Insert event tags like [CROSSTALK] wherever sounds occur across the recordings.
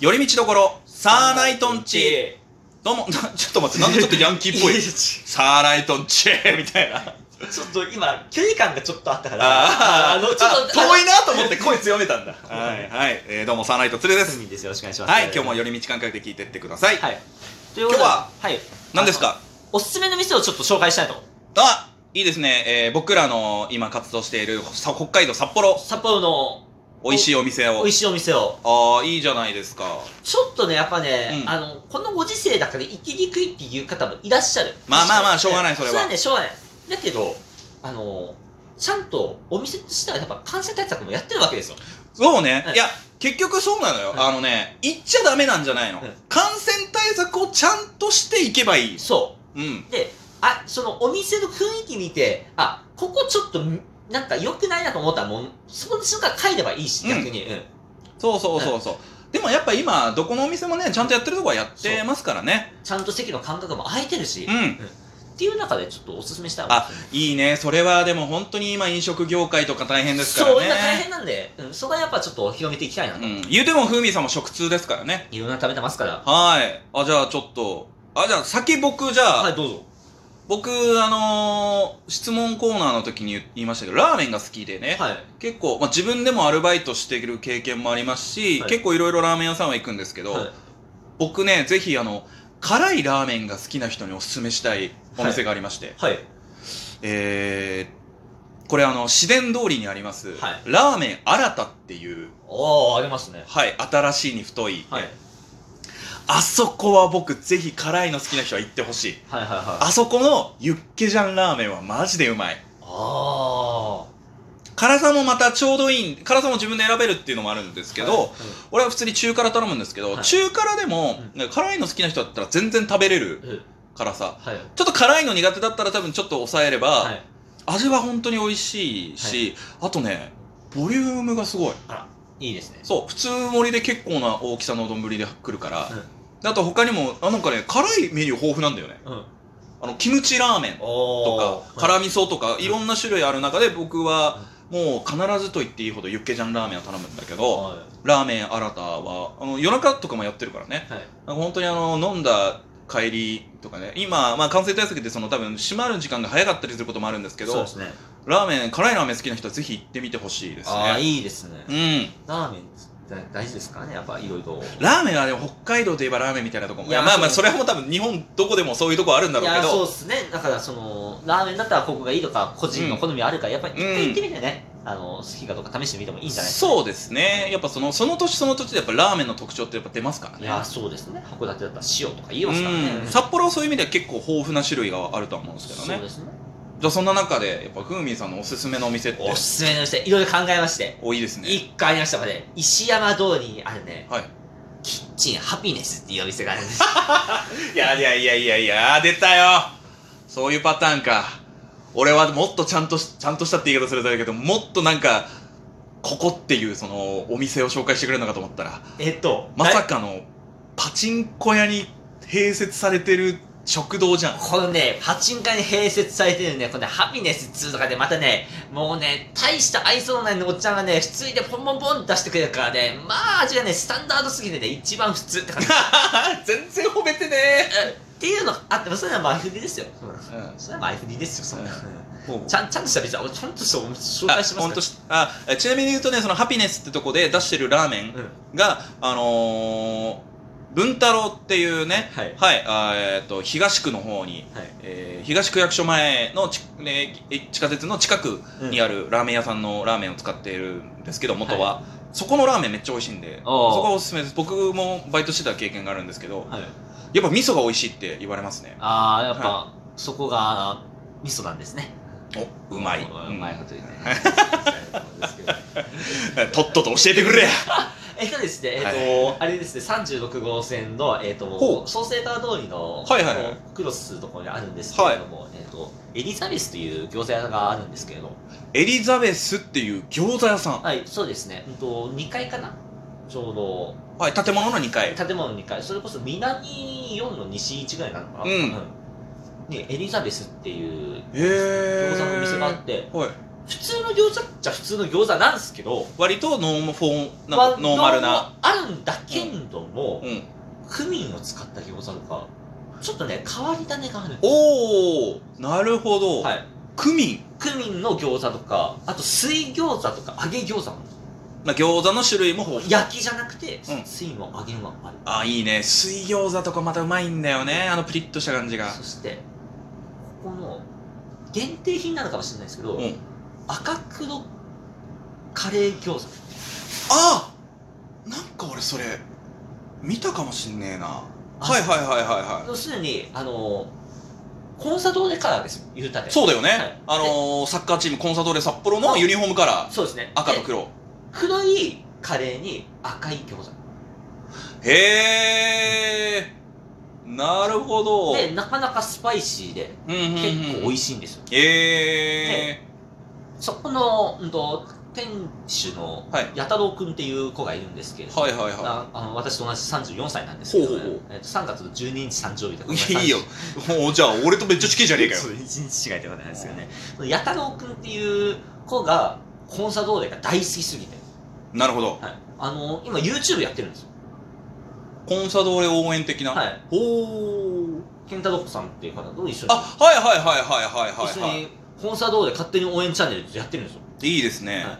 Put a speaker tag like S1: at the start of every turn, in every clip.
S1: 寄り道どころ、サーライトンチ。どうも、な [LAUGHS] ちょっと待って、なんでちょっとヤンキーっぽい
S2: や。やち
S1: サーライトンチ [LAUGHS] みたいな。
S2: ちょっと今距離感がちょっとあったから
S1: あー
S2: のちょっと
S1: 遠いなと思って声強めた [LAUGHS] んだ。
S2: は
S1: はいい、はい。えーどうも、サーライトツルです。
S2: いですよろしくお願いします
S1: はい、今日も寄り道感覚で聞いてってください。
S2: はいということで
S1: 今日はい何ですか
S2: おすすめの店をちょっと紹介したいと
S1: あいいですね。えー僕らの今活動しているさ北海道札幌、
S2: 札幌の
S1: 美味しいお店を
S2: 美味。しいお店を
S1: ああ、いいじゃないですか。
S2: ちょっとねやっぱね、
S1: うん
S2: あのこのご時世だから行きにくいっていう方もいらっしゃる
S1: まあまあまあしょうがないそれは
S2: そうねしょうがないだけどあのちゃんとお店としてはやっぱ感染対策もやってるわけですよ
S1: そうね
S2: うん。
S1: いや、結局そうなのよ。
S2: うん
S1: あのね、行っちゃダメなんじゃないの
S2: うん。
S1: 感染対策をちゃんとしていけばいい。
S2: そう
S1: うん。
S2: で、あ、そのお店の雰囲気見て、あ、ここちょっとん、なんか良くないなと思ったら、もう、その瞬間帰ればいいし、
S1: うん
S2: 逆に。うん。
S1: そうそうそうそう。でもやっぱ今、どこのお店もね、ちゃんとやってるとこはやってますからね。
S2: ちゃんと席の間隔も空いてるし、
S1: う
S2: っ
S1: ん。
S2: ていう中でちょっとおすすめしたい。
S1: あいいね。それはでも本当に今飲食業界とか大変ですからね。
S2: そう、今大変なんで、うん、そこはやっぱちょっと広めていきたいなと。
S1: うん。言うても、ふみさんも食通ですからね。
S2: いろんな食べてますから。
S1: はい。あ、じゃあちょっと。あ、じゃあ先僕、じゃあ、
S2: はい、どうぞ。
S1: 僕、あのー質問コーナーの時に言言いましたけど、ラーメンが好きでね。
S2: はい。
S1: 結構、まあ、自分でもアルバイトしてる経験もありますし、
S2: はい
S1: 結構いろいろラーメン屋さんは行くんですけど、
S2: はい
S1: 僕ね、ぜひあの、辛いラーメンが好きな人におすすめしたいお店がありまして、
S2: はい。
S1: えー、これあの、自然通りにあります、
S2: はい
S1: ラーメン新たっていう、
S2: おー、ありますね。
S1: はい、新しいに太い、
S2: はい。
S1: あそこは僕ぜひ辛いの好きな人は行ってほしい。
S2: はいはいはい。
S1: あそこのユッケジャンラーメンはマジでうまい。
S2: あ
S1: 辛さもまたちょうどいい、辛さも自分で選べるっていうのもあるんです
S2: ー。
S1: けど、
S2: はい
S1: 俺は普通に中辛頼むんですけど、
S2: はい
S1: 中辛でも、辛いの好きな人だったら全然食べれる
S2: うん。うん
S1: 辛さ。
S2: はい。
S1: ちょっと辛いの苦手だったら多分ちょっと抑えれば、
S2: はい。
S1: 味は本当に美味しいし、あとね、ボリュームがすごい。
S2: いいですね。
S1: そう、普通盛りで結構な大きさの丼で来るから、
S2: うん
S1: であと他にも、あなんかね、辛いメニュー豊富なんだよね。
S2: うん。
S1: あの、キムチラーメンと
S2: お
S1: か
S2: ー。、
S1: 辛味噌とか、いろんな種類ある中で僕は、もう必ずと言っていいほどユッケジャンラーメンを頼むんだけど、
S2: は
S1: ラーメン新たは、あの、夜中とかもやってるからね。
S2: い。はい。
S1: なんか本当にあの、飲んだ帰りとかね、今、まあ感染対策でその多分閉まる時間が早かったりすることもあるんですけ
S2: そう
S1: ど
S2: で、すね。
S1: ラーメン、辛いラーメン好きな人はぜひ行ってみてほしいです
S2: ああ、
S1: ね。
S2: いいですね。
S1: うん。
S2: ラーメンだ大事ですからね、やっぱいろいろ。
S1: ラーメンはでも北海道といえばラーメンみたいなとこも。
S2: い
S1: い
S2: や
S1: や、まあまあ、
S2: そ
S1: そう
S2: で
S1: れはもう多分日本どこでもそういうとこあるんだ
S2: い
S1: ろう
S2: や、
S1: け
S2: そう
S1: ど、
S2: ですね。だから、その、ラーメンだったらここがいいとか、個人の好みあるから、やっぱり一回行ってみてね、あの、好きかどうか試してみてもいいんじゃないですか。
S1: そうですね。やっぱその、その年その年でやっぱラーメンの特徴ってやっぱ出ますから
S2: い
S1: ね。
S2: や、そうですね。函館だったら塩とか言いま
S1: う
S2: すからね。
S1: ん。札幌はそういう意味では結構豊富な種類があるとは思うんですけど
S2: そう
S1: ね
S2: で。すね。
S1: じゃあそんな中で、やっぱふーみんさんのおすすめのお店って、
S2: おすすめの店、いろいろ考えまして。
S1: お、いいですね。
S2: 一回ありましたので、石山通りにあるね、
S1: はい。
S2: キッチンハピネスっていうお店があるんです。
S1: いやいやいやいやいや、出たよそういうパターンか。俺はもっとちゃんとし、ちゃんとしたって言い方するんだけど、もっとなんか、ここっていうその、お店を紹介してくれるのかと思ったら、
S2: えっと、
S1: まさかの、パチンコ屋に併設されてる食堂じゃん。
S2: このね、パチンカに併設されてるね、このね、ハピネス2とかでまたね、もうね、大した愛想のないおっちゃんがね、普通でポンポンポンって出してくれるからね、まあ味がね、スタンダードすぎてね、一番普通って感じ。
S1: [LAUGHS] 全然褒めてね
S2: うんっていうのがあっても、それは前振りですよ。
S1: ー。うん
S2: それは前振りですよ、そんな。
S1: ほう
S2: ちゃん、ちゃんとした店は、俺ちゃんとしたお店紹
S1: あ
S2: 介します
S1: ほん
S2: か
S1: としあえちなみに言うとねそのハピネスってとこで出してるラーメン
S2: ら。うん。
S1: が、あのー、文太郎っていうね、
S2: はい。
S1: はい、あーえっと東区の方に、
S2: はい
S1: えー東区役所前のち、ね、え地下鉄の近くにあるラーメン屋さんのラーメンを使っているんですけど元は、そこのラーメンめっちゃ美味しいんでそ
S2: おー
S1: こがおすすめです僕もバイトしてた経験があるんですけど
S2: はい。
S1: やっぱ味噌が美味しいって言われますね
S2: ああ、やっぱ、
S1: は
S2: そこが、味噌なんですね。
S1: おうまい、
S2: うまいこと言うね。
S1: うんとっとと教えてくれ
S2: えっとですね、えっと、あれですね、36号線の、えっ
S1: ほ
S2: と、
S1: う
S2: 創成川通りの、
S1: はいはいはい
S2: こうクロスするところにあるんですけれども、えっと、エリザベスという餃子屋があるんですけれど、
S1: エリザベスっていう餃子屋さん
S2: はい、そうですね、うんと、2階かなちょうど、
S1: はい建物の2階
S2: 建物の2階、それこそ南4の西1ぐらいなのかな、
S1: うん
S2: にエリザベスっていう
S1: へえ
S2: 餃子のお店があって、
S1: はい
S2: 普通の餃子っちゃ普通の餃子なんですけど、
S1: 割とノーマフォー
S2: ま
S1: な
S2: あ
S1: ノーマルな。。
S2: あるんだけんども、
S1: うん、
S2: クミンを使った餃子とか、ちょっとね、変わり種がある。
S1: おおなるほど、
S2: はい。
S1: クミン、
S2: クミンの餃子とか、あと水餃子とか揚げ餃子も。
S1: まあ、餃子の種類も豊富
S2: 焼きじゃなくて、
S1: うん
S2: 水も揚げもある。
S1: あいいね水餃子とかまたうまいんだよねあのプリッとした感じが
S2: そして、ここの、限定品なのかもしれないですけど、
S1: うん
S2: 赤黒カレー餃子。
S1: あなんか俺それ見たかもしんねえなはいはいはいはいは
S2: 要するに、あの、コンサドーレカラーですよ、言うた
S1: い
S2: で。
S1: そうだよね、
S2: はい
S1: あのーサッカーチームコンサドーレ札幌のユニフォームカラー
S2: そうですね。
S1: 赤と
S2: で
S1: 黒
S2: 黒いカレーに赤い餃子。
S1: へえなるほど
S2: で、なかなかスパイシーで、
S1: うんうんうん
S2: 結構美味しいんですよ。
S1: ええ
S2: そこの、うんと、店主の
S1: はい、
S2: 八太郎くんっていう子がいるんですけれども、
S1: はいはいはい
S2: ああの私と同じ34歳なんですけど、ね
S1: ほうほうほう
S2: えっと3月12日誕生日だから
S1: いやいいよもうじゃあ俺とめっちゃ近いじゃねえかよ
S2: [LAUGHS] そう一日違いってことなんですよねその八太郎くんっていう子がコンサドーレが大好きすぎて、
S1: なるほど
S2: はい、あの今 YouTube やってるんですよ
S1: コンサドーレ応援的な、
S2: はい
S1: おお
S2: 健太郎さんっていう方と一緒に、
S1: あはいはいはいはいはい
S2: 一
S1: は
S2: 緒
S1: いは
S2: にコンサドーレ勝手に応援チャンネルやってるんですよ
S1: いいいですね、
S2: はい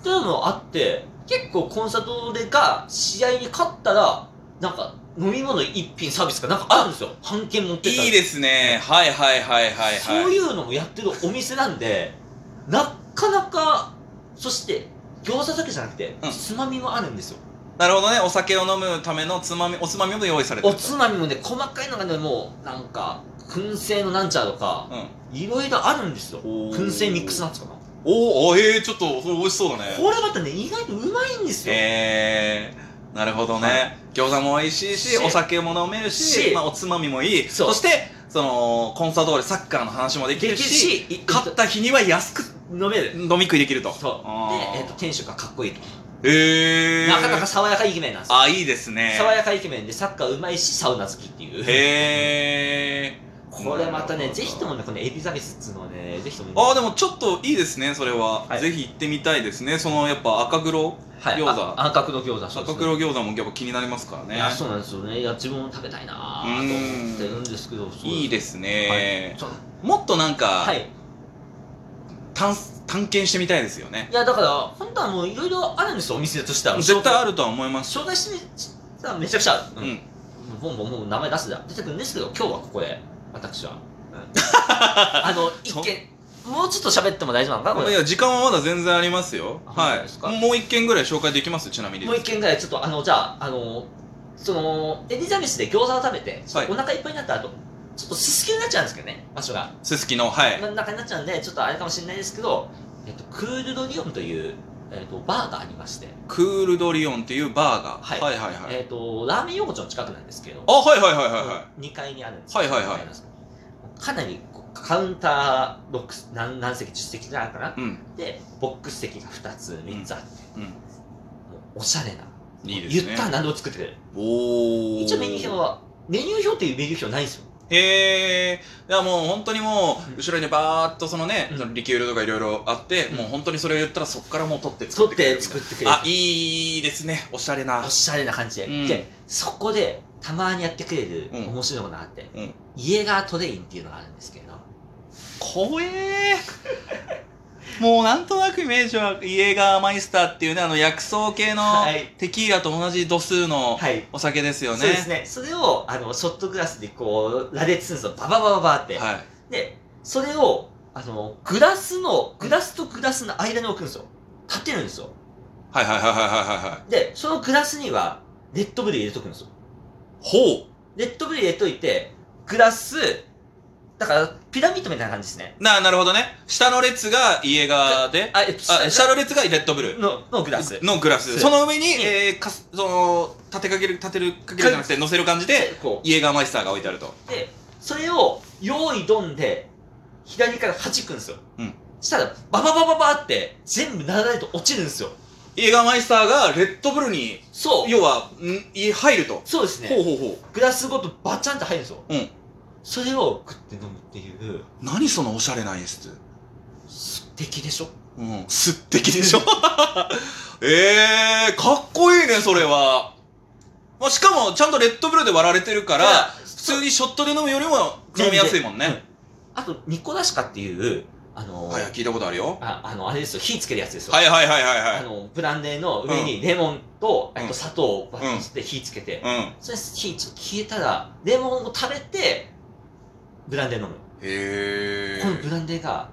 S2: っていうのもあって結構コンサドーレが試合に勝ったらなんか飲み物一品サービスかなんかあるんですよ半券持ってったり
S1: いいですね。はいはいはいはいはい。
S2: そういうのもやってるお店なんで、なかなか、そして、餃子だけじゃなくて、
S1: うん
S2: つまみもあるんですよ。
S1: なるほどね。お酒を飲むためのつまみ、おつまみも用意されて
S2: お
S1: る。
S2: つまみもね、細かいのがね、もう、なんか、燻製のなんちゃらとか、
S1: うん。
S2: いろいろあるんですよ。
S1: おー
S2: 燻製ミックスナッツかな。
S1: おー、あえー、ちょっと、それ美味しそうだね。
S2: これまたね、意外とうまいんですよ。
S1: えー、なるほどね。
S2: は
S1: 餃子も美味しいし、
S2: し
S1: お酒も飲めるし、
S2: し
S1: まあ、おつまみもいい。
S2: そう
S1: そして、その、コンサドーレサッカーの話もでき
S2: 激
S1: るし、
S2: し、い
S1: 勝った日には安く
S2: 飲める。
S1: 飲み食いできると。
S2: そう。
S1: あー
S2: で、えっ、と、店主がかっこいいと。
S1: えー。
S2: なかなか爽やかイケメンなんですよ。
S1: あ、いいですね。
S2: 爽やかイケメンでサッカーうまいし、サウナ好きっていう。
S1: へー。
S2: これまたね、ぜひともね、このエリザベスっつうのをね、ぜひとも、ね、
S1: ああでもちょっといいですねそれは、
S2: はい
S1: ぜひ行ってみたいですねそのやっぱ赤黒
S2: はい、
S1: 餃子
S2: あ暗角の餃子そうです
S1: 赤
S2: ね
S1: 黒餃子もやっぱ気になりますから
S2: い
S1: ね
S2: やそうなんですよねいや自分も食べたいなぁと思ってるんですけどそう
S1: いいですね、
S2: そう
S1: もっとなんか、
S2: はい
S1: 探探検してみたいですよね
S2: いやだから本当はもういろいろあるんですよお店としては
S1: 絶対あるとは思います
S2: 紹介してみたらめちゃくちゃ
S1: う、
S2: あるうんんボンボンもう名前出すだ出てくるんですけど今日はここで私は、うん
S1: [LAUGHS]
S2: あの一
S1: そ
S2: 見もうちょっと喋っても大丈夫なのかなこ
S1: い
S2: れ
S1: や時間はまだ全然ありますよ
S2: あ
S1: は
S2: 本当ですか
S1: いもう一件ぐらい紹介できますちなみに
S2: もう一軒ぐらいちょっとあのじゃああのそのエリザベスで餃子を食べて、
S1: はい
S2: お腹いっぱいになった後ちょっとすすきになっちゃうんですけどね場所が
S1: すすきのはい
S2: 真ん中になっちゃうんで、ちょっとあれかもしれないですけど、えっと、クールドリオンという、えっと、バーがありまして、
S1: クールドリオンっていうバーガー、
S2: はい
S1: はいはいはい
S2: えっと、ラーメン横丁の近くなんですけど、
S1: あはいはいはいはいは
S2: 2階にあるんですけど
S1: はいはいはい
S2: わかりますかなりこうカウンター6何何席、10席ぐらいあるかな。
S1: いうん
S2: で、ボックス席が2つ、3つあって、
S1: うん
S2: もうおしゃれな。
S1: いいですね
S2: 言ったら何でも作ってくれる。
S1: おお
S2: 一応メニュー表は、メニュー表っていうメニュー表ないんですよ。
S1: へえ。いやもう本当にも
S2: うん
S1: う、後ろにバーっとそのね、
S2: うん
S1: そのリキュールとかいろいろあって、
S2: うん
S1: もう本当にそれを言ったらそっからもう取って
S2: 取っ
S1: くれ
S2: て
S1: る
S2: 作ってくれる。
S1: あ、いいですね。おしゃれな
S2: お。しゃれな感じで、
S1: うん
S2: でそこでたまにやってくれる
S1: うん
S2: 面白いものがあって、
S1: うん
S2: イエガートレインっていうのがあるんですけれど
S1: 怖えー。もうなんとなくイメージは、イエガーマイスターっていうね、あの薬草系の
S2: はい
S1: テキーラと同じ度数の
S2: はい
S1: お酒ですよね。
S2: そうですねそれをあのショットグラスでこう羅列するんですよバババババって、
S1: はい。
S2: でそれをあのグラスのグラスとグラスの間に置くんですよ立てるんですよ
S1: はいはいはいはいはいはい。
S2: でそのグラスにはレッドブル入れとくんですよ
S1: ほ
S2: レッドブル入れといてグラスだからピラミッドみたいな感じですね
S1: う。な、なるほどね。下の列がイエガーで、
S2: あ、えっと
S1: あ、下の列がレッドブル。
S2: ののグラス
S1: のグラス
S2: そ
S1: そ
S2: う
S1: の上に、
S2: うん
S1: えー、かすその立てかける立てるかけるじゃなくて乗せる感じで
S2: でこう
S1: イエガーマイスターが置いてあると
S2: で、それを、用意どんで、左から弾くんですよ。
S1: うん
S2: したら、バババババって、全部並べないと落ちるんですよ。
S1: イエガーマイスターがレッドブルに
S2: そう。
S1: 要はんい入ると、
S2: そうです
S1: ほう
S2: ね。
S1: ほうほ
S2: グラスごとバチャンって入るんですよ。
S1: うん
S2: それを食って飲むっていう、
S1: う何そのおしゃれな演出
S2: 素敵でしょ
S1: うん、すってきでしょ [LAUGHS] ええー、かっこいいね、それは。まあ、しかも、ちゃんとレッドブルで割られてるから、普通にショットで飲むよりも飲みやすいもんね。
S2: あと、ニコダシカっていう、あのー、
S1: はい、聞いたことあるよ。
S2: ああの、あれですよ、火つけるやつですよ。
S1: はいはいはいはいは
S2: あの、ブランデーの上にレモンと、えっと、砂糖をバッとして火つけて、
S1: い。うん。
S2: それ火ちょっと消えたら、レモンを食べて、ブランデー飲む。
S1: へ
S2: このブ
S1: え。
S2: ランデーが、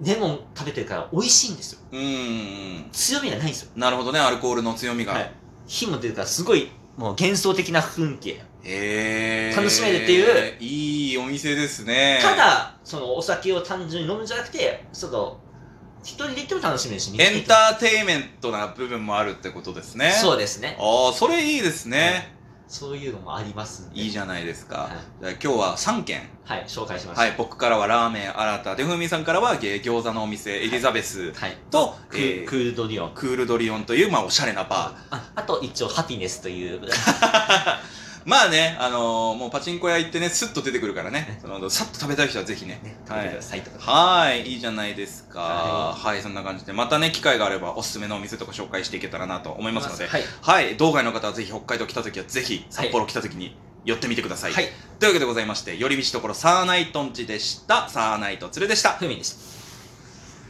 S2: レモン食べてるから美味しいんですよ。
S1: うん。
S2: 強みがないんですよ。
S1: なるほどね、アルコールの強みが。
S2: はい火も出るから、すごい、もう幻想的な雰囲気。
S1: へえ。。
S2: 楽しめるっていう
S1: いいお店ですね。
S2: た、だ、そのお酒を単純に飲むんじゃなくて、ちょっと、一人で行っても楽しめるし、
S1: エンターテインメントな部分もあるってことですね。う。
S2: そうですね。
S1: ああ、それいいですね。
S2: そういうのもありますんで。
S1: いいじゃないですか。
S2: はい
S1: じゃあ今日は3軒。
S2: はい、紹介しました。
S1: は
S2: はい。
S1: い、僕からはラーメン新た。で、ふみさんからはげ餃子のお店、エリザベスと、
S2: ク,、
S1: えー
S2: クールドリオン。
S1: クールドリオンという、まあ、おしゃれなバー。
S2: ああと、一応、ハピネスという。
S1: まあね、あのーもうパチンコ屋行ってね、スッと出てくるからね
S2: ね、
S1: そのさっと食べたい人はぜひね。
S2: ね、食
S1: は
S2: べ
S1: い
S2: てくださいとか。
S1: はい、いいじゃないですか。は、
S2: はい
S1: そんな感じで、またね、機会があればおすすめのお店とか紹介していけたらなと思いますので、
S2: はい。
S1: はい、道外の方はぜひ北海道来た時はぜひ札幌来た時に寄ってみてください。
S2: はい。
S1: というわけでございまして、寄り道ところサーナイトンチでした。サーナイトツルでした。
S2: ふみでした。